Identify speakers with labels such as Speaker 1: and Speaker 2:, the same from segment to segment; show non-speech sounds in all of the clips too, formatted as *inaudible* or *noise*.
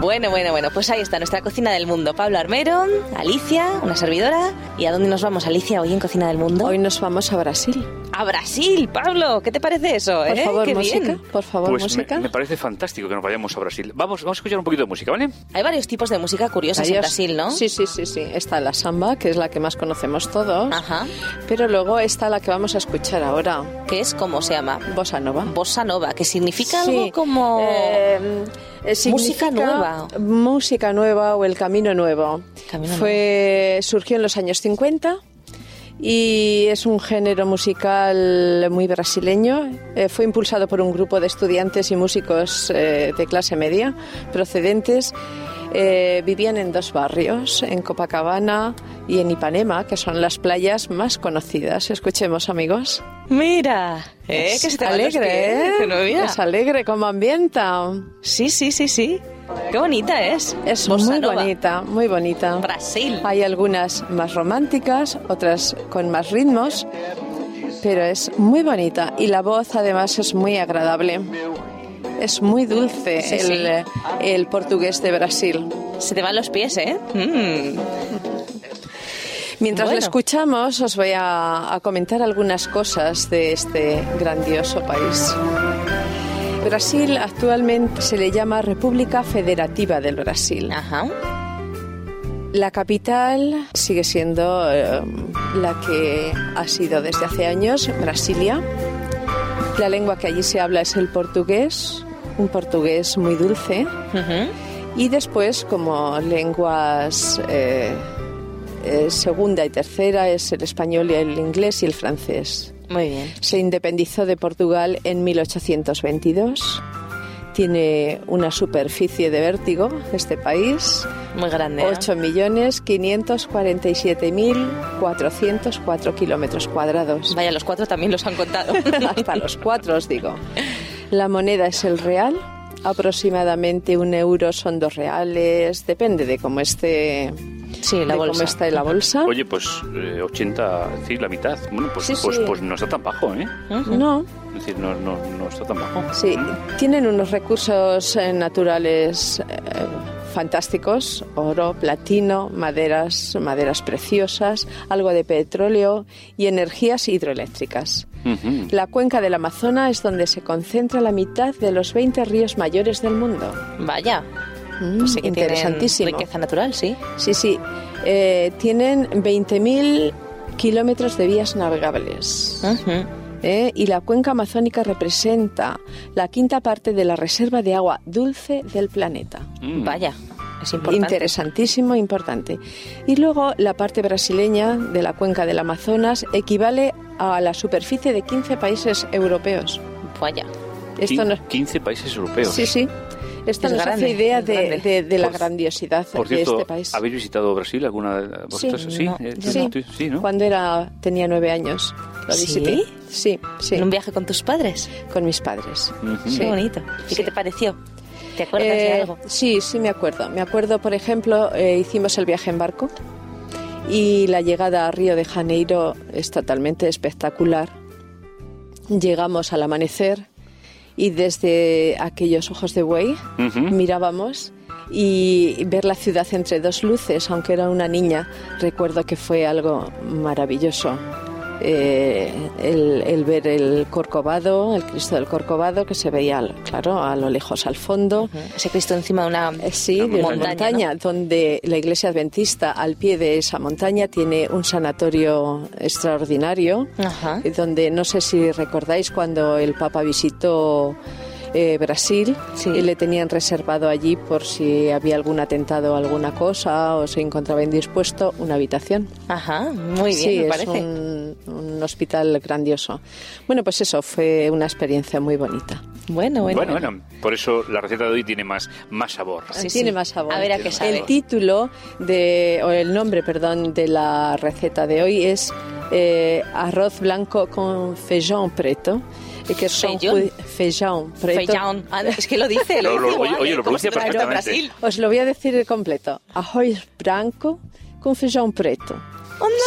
Speaker 1: Bueno, bueno, bueno, pues ahí está nuestra cocina del mundo. Pablo Armero, Alicia, una servidora. ¿Y a dónde nos vamos, Alicia, hoy en Cocina del Mundo?
Speaker 2: Hoy nos vamos a Brasil.
Speaker 1: A Brasil, Pablo, ¿qué te parece eso?
Speaker 2: Por
Speaker 1: eh?
Speaker 2: favor,
Speaker 1: Qué
Speaker 2: música.
Speaker 1: bien.
Speaker 2: Por favor,
Speaker 3: Pues
Speaker 2: música.
Speaker 3: Me, me parece fantástico que nos vayamos a Brasil. Vamos, vamos a escuchar un poquito de música, ¿vale?
Speaker 1: Hay varios tipos de música curiosas en
Speaker 2: Adiós.
Speaker 1: Brasil, ¿no?
Speaker 2: Sí, sí, sí, sí. Está la samba, que es la que más conocemos todos.
Speaker 1: Ajá.
Speaker 2: Pero luego está la que vamos a escuchar ahora,
Speaker 1: Que es como se llama
Speaker 2: bossa nova.
Speaker 1: bossa nova, que significa
Speaker 2: Sí.
Speaker 1: algo como
Speaker 2: Eh, eh, significa
Speaker 1: música nueva.
Speaker 2: Música nueva o el camino nuevo.
Speaker 1: Camino
Speaker 2: Fue, Surgió en los años 50 y es un género musical muy brasileño. Eh, fue impulsado por un grupo de estudiantes y músicos eh, de clase media procedentes. eh, vivían en dos barrios, en Copacabana y en Ipanema, que son las playas más conocidas. Escuchemos, amigos.
Speaker 1: Mira, ¿eh? que se te van los
Speaker 2: alegre,
Speaker 1: pies,
Speaker 2: ¿eh?
Speaker 1: que no, mira.
Speaker 2: Es alegre como ambienta.
Speaker 1: Sí, sí, sí, sí. Qué bonita es.
Speaker 2: Es
Speaker 1: Bossa
Speaker 2: muy
Speaker 1: nova.
Speaker 2: bonita, muy bonita.
Speaker 1: Brasil.
Speaker 2: Hay algunas más románticas, otras con más ritmos, pero es muy bonita y la voz además es muy agradable. Es muy dulce
Speaker 1: Sí, sí.
Speaker 2: el, el portugués de Brasil.
Speaker 1: Se te van los pies, ¿eh? Mm.
Speaker 2: Mientras la
Speaker 1: Bueno.
Speaker 2: escuchamos os voy a, a comentar algunas cosas de este grandioso país. Brasil actualmente se le llama República Federativa del Brasil.
Speaker 1: Ah. Ajá.
Speaker 2: La capital sigue siendo eh, la que ha sido desde hace años, Brasilia. La lengua que allí se habla es el portugués, un portugués muy dulce.
Speaker 1: Ujú.
Speaker 2: Y después, como lenguas eh, eh, segunda y tercera, es el español y el inglés y el francés.
Speaker 1: Muy bien.
Speaker 2: Se independizó de Portugal en 1822. Tiene una superficie de vértigo este país.
Speaker 1: Muy grande. ¿eh?
Speaker 2: 8.547.404 kilómetros cuadrados.
Speaker 1: Vaya, los cuatro también los han
Speaker 2: *laughs*
Speaker 1: contado.
Speaker 2: Hasta los cuatro, os digo. La moneda es el real. Aproximadamente un euro son dos reales. Depende de cómo esté
Speaker 1: sí, la
Speaker 2: de
Speaker 1: bolsa.
Speaker 2: cómo esté la bolsa.
Speaker 3: Oye, pues eh, 80, es decir, la mitad. Bueno, pues,
Speaker 2: Ah. Sí,
Speaker 3: pues,
Speaker 2: sí.
Speaker 3: pues no está tan bajo, ¿eh?
Speaker 1: Ujú.
Speaker 2: No,
Speaker 3: Es decir, no, no, no está tan bajo.
Speaker 2: sí. Tienen unos recursos eh, naturales eh, fantásticos: oro, platino, maderas, maderas preciosas, algo de petróleo y energías hidroeléctricas.
Speaker 3: Ujú.
Speaker 2: La cuenca del Amazonas es donde se concentra la mitad de los 20 ríos mayores del mundo.
Speaker 1: Vaya.
Speaker 2: Mm,
Speaker 1: Pues sí que tienen
Speaker 2: interesantísimo.
Speaker 1: Riqueza natural, sí.
Speaker 2: Sí, sí. Eh, tienen 20.000 kilómetros de vías navegables.
Speaker 1: Ujú.
Speaker 2: ¿eh? Y la cuenca amazónica representa la quinta parte de la reserva de agua dulce del planeta.
Speaker 3: Mm.
Speaker 1: Vaya. Es importante.
Speaker 2: Interesantísimo, importante. Y luego la parte brasileña de la cuenca del Amazonas equivale a la superficie de 15 países europeos.
Speaker 1: Vaya.
Speaker 2: Esto
Speaker 3: Mm. Quin-
Speaker 2: nos
Speaker 3: 15 países europeos.
Speaker 2: Sí, sí. Esto
Speaker 1: Es
Speaker 2: nos
Speaker 1: grande,
Speaker 2: hace idea
Speaker 1: es
Speaker 2: de,
Speaker 1: grande.
Speaker 2: de- de la
Speaker 3: Por-
Speaker 2: grandiosidad
Speaker 3: Por
Speaker 2: de
Speaker 3: cierto,
Speaker 2: este país.
Speaker 3: ¿habéis visitado Brasil alguna de vosotros?
Speaker 1: no,
Speaker 3: Eh,
Speaker 1: yo
Speaker 3: tú-
Speaker 2: no.
Speaker 3: tú- sí, ¿no?
Speaker 2: Cuando era, tenía nueve años, lo
Speaker 1: ¿Sí?
Speaker 2: visité. Sí, sí,
Speaker 1: En un viaje con tus padres.
Speaker 2: con mis padres.
Speaker 3: Ujú.
Speaker 2: Sí.
Speaker 1: Qué bonito. ¿Y
Speaker 2: Sí.
Speaker 1: qué te pareció? ¿Te acuerdas de
Speaker 2: Eh,
Speaker 1: algo?
Speaker 2: Sí, sí me acuerdo. Me acuerdo, por ejemplo, eh, hicimos el viaje en barco y la llegada a Río de Janeiro es totalmente espectacular. Llegamos al amanecer y desde aquellos ojos de buey
Speaker 3: Ujú.
Speaker 2: mirábamos y ver la ciudad entre dos luces, aunque era una niña, recuerdo que fue algo maravilloso. Eh, el, el ver el Corcovado, el Cristo del Corcovado, que se veía, al- claro, a lo lejos al fondo.
Speaker 1: Ese Cristo encima de una.
Speaker 2: Eh, Sí, de
Speaker 3: Una
Speaker 2: una montaña,
Speaker 1: montaña,
Speaker 2: donde la iglesia adventista, al pie de esa montaña, tiene un sanatorio extraordinario
Speaker 1: Ajá.
Speaker 2: Eh, donde no sé si recordáis cuando el Papa visitó eh, Brasil
Speaker 1: Sí.
Speaker 2: y le tenían reservado allí por si había algún atentado o alguna cosa o se encontraba indispuesto una habitación.
Speaker 1: Ajá. Muy bien,
Speaker 2: sí,
Speaker 1: me
Speaker 2: es
Speaker 1: parece.
Speaker 2: un, un hospital grandioso. Bueno, pues eso fue una experiencia muy bonita.
Speaker 1: Bueno, bueno.
Speaker 3: Bueno, bueno, por eso la receta de hoy tiene más, más sabor.
Speaker 1: Sí,
Speaker 2: Tiene
Speaker 1: sí.
Speaker 2: más sabor.
Speaker 1: A ver a qué
Speaker 3: El
Speaker 1: sabe.
Speaker 2: El título de, o el nombre, perdón, de la receta de hoy es eh, arroz blanco con feijão preto. eh, Que son
Speaker 1: Feijão.
Speaker 2: ju- feijão preto.
Speaker 1: Feijão. Ah, es que lo dice.
Speaker 3: Lo- lo-
Speaker 1: dice
Speaker 3: oye-
Speaker 1: igual,
Speaker 3: oye,
Speaker 1: ¿eh?
Speaker 3: lo
Speaker 1: Como si
Speaker 3: pronuncia
Speaker 1: fuera de
Speaker 3: perfectamente.
Speaker 1: Brasil.
Speaker 2: Os lo voy a decir completo. Arroz blanco con feijão preto.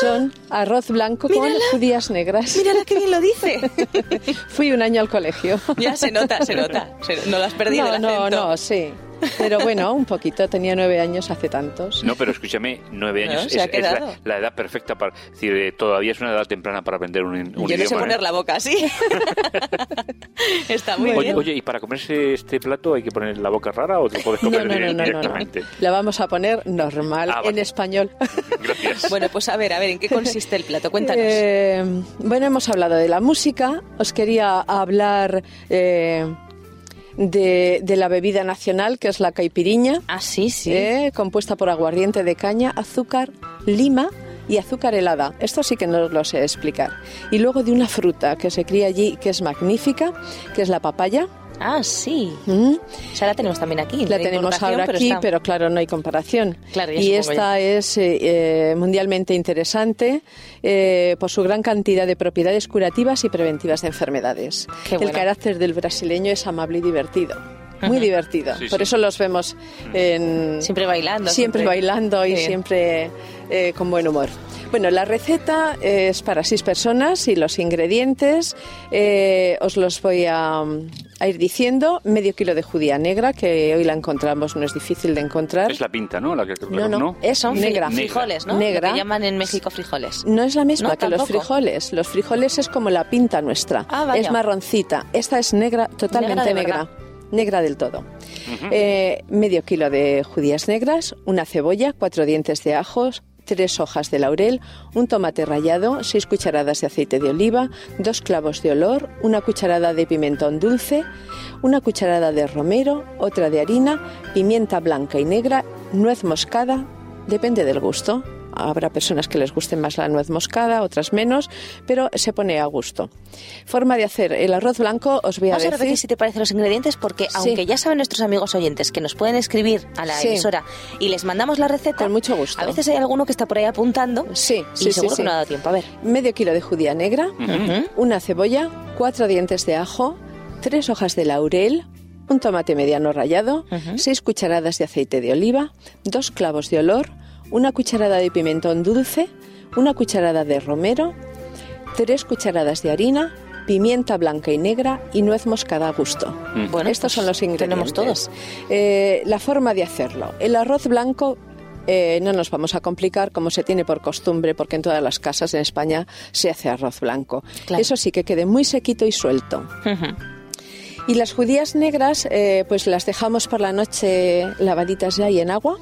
Speaker 2: Son arroz blanco con judías negras.
Speaker 1: Mírala que bien lo dice. *laughs*
Speaker 2: *laughs* Fui un año al colegio.
Speaker 1: ya se nota, se nota. Se- no lo has perdido
Speaker 2: no,
Speaker 1: el
Speaker 2: no,
Speaker 1: acento.
Speaker 2: no, sí. Pero bueno, un poquito, tenía nueve años hace tantos.
Speaker 3: No, pero escúchame, nueve
Speaker 1: No,
Speaker 3: años
Speaker 1: se ha
Speaker 3: es, es
Speaker 1: quedado.
Speaker 3: la, la edad perfecta para. Es decir, eh, todavía es una edad temprana para aprender un, un
Speaker 1: Yo no sé
Speaker 3: idioma, ¿eh?
Speaker 1: poner la boca
Speaker 2: *laughs*
Speaker 1: así. Está muy
Speaker 3: Oye,
Speaker 1: bien.
Speaker 3: oye, ¿y para comerse este plato hay que poner la boca rara o te lo puedes
Speaker 2: No,
Speaker 3: comer
Speaker 2: no, no, no,
Speaker 3: dire-
Speaker 2: no, no. *laughs*
Speaker 3: directamente?
Speaker 2: La vamos a poner normal,
Speaker 3: Ah, vale.
Speaker 2: en español.
Speaker 3: Gracias.
Speaker 1: Bueno, pues a ver, a ver, ¿en qué consiste el plato? Cuéntanos.
Speaker 2: Eh, bueno, hemos hablado de la música. Os quería hablar eh, de, de la bebida nacional, que es la caipiriña,
Speaker 1: ah, sí, sí.
Speaker 2: eh, compuesta por aguardiente de caña, azúcar, lima y azúcar helada. Esto sí que no os lo sé explicar. Y luego de una fruta que se cría allí, que es magnífica, que es la papaya.
Speaker 1: Ah, sí.
Speaker 2: Mm.
Speaker 1: O sea, la tenemos también aquí.
Speaker 2: La tenemos
Speaker 1: importación,
Speaker 2: ahora aquí,
Speaker 1: está-
Speaker 2: pero, claro, no hay comparación.
Speaker 1: Claro, ya
Speaker 2: y
Speaker 1: supongo
Speaker 2: esta es eh, eh, mundialmente interesante eh, por su gran cantidad de propiedades curativas y preventivas de enfermedades.
Speaker 1: Qué bueno.
Speaker 2: El carácter del brasileño es amable y divertido. Muy
Speaker 1: Ajá. Mm.
Speaker 2: divertido.
Speaker 3: Sí,
Speaker 2: por
Speaker 3: sí.
Speaker 2: eso los vemos en-
Speaker 1: Siempre bailando.
Speaker 2: siempre bailando y
Speaker 1: Qué bien.
Speaker 2: siempre eh, con buen humor. Bueno, la receta es para seis personas y los ingredientes eh, os los voy a, a ir diciendo. Medio kilo de judía negra, que hoy la encontramos, no es difícil de encontrar.
Speaker 3: Es la pinta, ¿no? La que,
Speaker 2: No, Eh, no, es
Speaker 1: Eh, Son fri-
Speaker 2: negra.
Speaker 1: frijoles, ¿no?
Speaker 2: Negra.
Speaker 1: Lo que llaman en México frijoles.
Speaker 2: No es la misma
Speaker 1: No,
Speaker 2: que los
Speaker 1: tampoco.
Speaker 2: frijoles. Los frijoles es como la pinta nuestra.
Speaker 1: Ah, vaya.
Speaker 2: Es marroncita. Esta es negra, totalmente
Speaker 1: Negra de
Speaker 2: negra.
Speaker 1: verdad.
Speaker 2: Negra del todo. Eh, medio kilo de judías negras, una cebolla, cuatro dientes de ajos, tres hojas de laurel, un tomate rallado, seis cucharadas de aceite de oliva, dos clavos de olor, una cucharada de pimentón dulce, una cucharada de romero, otra de harina, pimienta blanca y negra, nuez moscada, depende del gusto. Habrá personas que les guste más la nuez moscada, otras menos, pero se pone a gusto. Forma de hacer el arroz blanco, os voy a
Speaker 1: Vamos a
Speaker 2: decir.
Speaker 1: repetir si te parecen los ingredientes, porque
Speaker 2: Sí.
Speaker 1: aunque ya saben nuestros amigos oyentes que nos pueden escribir a la
Speaker 2: Sí.
Speaker 1: emisora y les mandamos la receta,
Speaker 2: Con mucho gusto.
Speaker 1: A veces hay alguno que está por ahí apuntando
Speaker 2: Sí,
Speaker 1: y
Speaker 2: sí, sí,
Speaker 1: seguro que
Speaker 2: sí. Mm.
Speaker 1: no ha dado tiempo. A ver. ¿Mm?
Speaker 2: medio kilo de judía negra,
Speaker 1: Ujú.
Speaker 2: una cebolla, cuatro dientes de ajo, tres hojas de laurel, un tomate mediano rallado,
Speaker 1: Ujú.
Speaker 2: seis cucharadas de aceite de oliva, dos clavos de olor, una cucharada de pimentón dulce, una cucharada de romero, tres cucharadas de harina, pimienta blanca y negra y nuez moscada a gusto.
Speaker 1: Bueno, pues
Speaker 2: Estos son los ingredientes.
Speaker 1: Tenemos todos.
Speaker 2: Eh, la forma de hacerlo. El arroz blanco. eh, no nos vamos a complicar como se tiene por costumbre, porque en todas las casas en España se hace arroz blanco.
Speaker 1: Claro.
Speaker 2: Eso sí, que quede muy sequito y suelto.
Speaker 1: Ujú.
Speaker 2: Y las judías negras, eh, pues las dejamos por la noche lavaditas ya y en agua,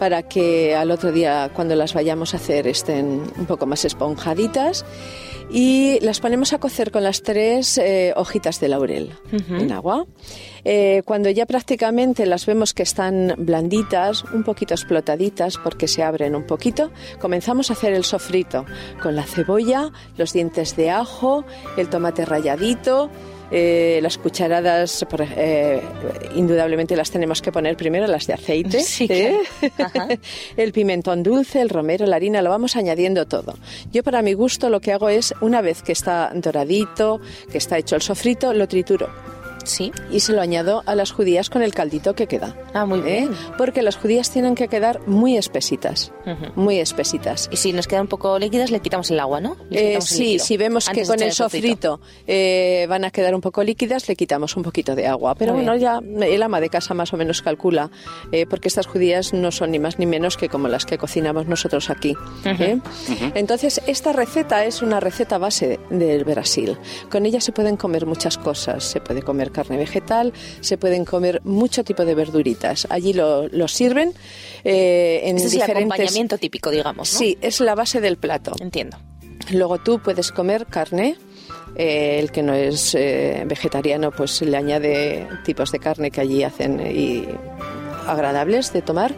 Speaker 2: para que al otro día, cuando las vayamos a hacer, estén un poco más esponjaditas. Y las ponemos a cocer con las tres eh, hojitas de laurel
Speaker 1: Ujú.
Speaker 2: en agua. Eh, cuando ya prácticamente las vemos que están blanditas, un poquito explotaditas porque se abren un poquito, comenzamos a hacer el sofrito con la cebolla, los dientes de ajo, el tomate ralladito. eh, las cucharadas, por ej- eh, indudablemente las tenemos que poner primero, las de aceite.
Speaker 1: Sí,
Speaker 2: ¿eh? *laughs*
Speaker 1: claro. Ajá.
Speaker 2: el pimentón dulce, el romero, la harina, lo vamos añadiendo todo. Yo para mi gusto lo que hago es, una vez que está doradito, que está hecho el sofrito, lo trituro
Speaker 1: Sí.
Speaker 2: y se lo añado a las judías con el caldito que queda.
Speaker 1: Ah, muy
Speaker 2: ¿eh?
Speaker 1: bien.
Speaker 2: Porque las judías tienen que quedar muy espesitas,
Speaker 1: Ujú.
Speaker 2: muy espesitas.
Speaker 1: Y si nos quedan un poco líquidas, le quitamos el agua, ¿no? Le
Speaker 2: Eh,
Speaker 1: quitamos el
Speaker 2: sí,
Speaker 1: líquido.
Speaker 2: si vemos
Speaker 1: Antes
Speaker 2: que
Speaker 1: de
Speaker 2: con
Speaker 1: echar
Speaker 2: el sofrito eh, van a quedar un poco líquidas, le quitamos un poquito de agua. Pero
Speaker 1: Muy
Speaker 2: bueno, ya el ama de casa más o menos calcula, eh, porque estas judías no son ni más ni menos que como las que cocinamos nosotros aquí. ¿eh? Entonces, esta receta es una receta base del Brasil. Con ella se pueden comer muchas cosas. Se puede comer carne vegetal, se pueden comer mucho tipo de verduritas. Allí lo, lo sirven eh, en
Speaker 1: Este es el
Speaker 2: diferentes...
Speaker 1: acompañamiento típico, digamos. ¿no?
Speaker 2: Sí, es la base del plato.
Speaker 1: Entiendo.
Speaker 2: Luego tú puedes comer carne. eh, el que no es eh, vegetariano pues le añade tipos de carne que allí hacen y agradables de tomar.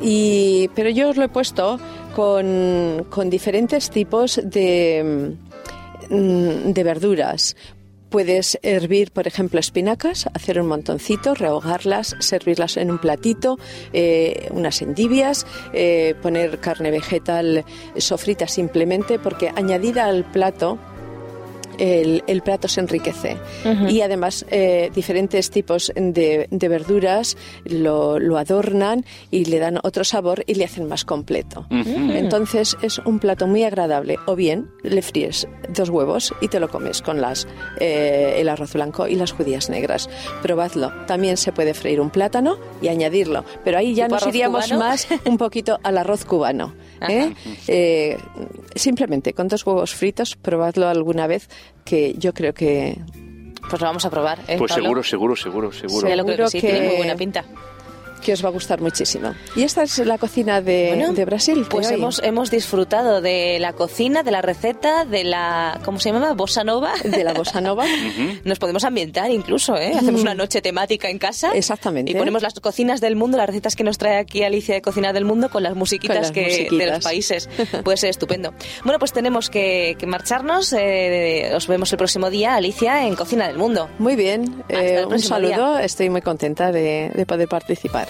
Speaker 2: Y, pero yo os lo he puesto con, con diferentes tipos de, mm, de verduras. Puedes hervir, por ejemplo, espinacas, hacer un montoncito, rehogarlas, servirlas en un platito, eh, unas endivias, eh, poner carne vegetal sofrita simplemente, porque añadida al plato el, el plato se enriquece. Y además eh, diferentes tipos de, de verduras lo, lo adornan y le dan otro sabor y le hacen más completo. Entonces es un plato muy agradable. O bien le fríes dos huevos y te lo comes con las, eh, el arroz blanco y las judías negras. Probadlo. También se puede freír un plátano y añadirlo. Pero ahí ya
Speaker 1: ¿Tipo
Speaker 2: nos
Speaker 1: arroz
Speaker 2: iríamos
Speaker 1: cubano? *laughs*
Speaker 2: más un poquito al arroz cubano.
Speaker 1: Ajá.
Speaker 2: ¿eh? Eh, simplemente con dos huevos fritos, probadlo alguna vez, que yo creo que
Speaker 1: Pues lo vamos a probar. ¿eh,
Speaker 3: Pues
Speaker 1: Pablo?
Speaker 3: seguro, seguro, seguro, seguro.
Speaker 1: Ya lo creo que sí,
Speaker 2: Seguro
Speaker 1: tiene muy
Speaker 2: que-
Speaker 1: buena pinta.
Speaker 2: que os va a gustar muchísimo. Y esta es la cocina de,
Speaker 1: Bueno,
Speaker 2: de Brasil. de
Speaker 1: Pues
Speaker 2: hoy.
Speaker 1: hemos, hemos disfrutado de la cocina, de la receta, de la. ¿Cómo se llamaba? Bossa
Speaker 2: *laughs*
Speaker 1: Nova.
Speaker 2: De la
Speaker 1: *laughs*
Speaker 2: bossa nova.
Speaker 1: Nos podemos ambientar incluso, ¿eh? Hacemos una noche temática en casa.
Speaker 2: Mm. Exactamente.
Speaker 1: Y ponemos las cocinas del mundo, las recetas que nos trae aquí Alicia de Cocina del Mundo con las musiquitas,
Speaker 2: Con las
Speaker 1: que,
Speaker 2: musiquitas.
Speaker 1: de los
Speaker 2: *laughs*
Speaker 1: países. Puede ser estupendo. Bueno, pues tenemos que, que marcharnos. eh, os vemos el próximo día, Alicia, en Cocina del Mundo.
Speaker 2: Muy bien,
Speaker 1: Hasta el
Speaker 2: eh, un
Speaker 1: próximo día.
Speaker 2: saludo. Estoy muy contenta de, de poder participar.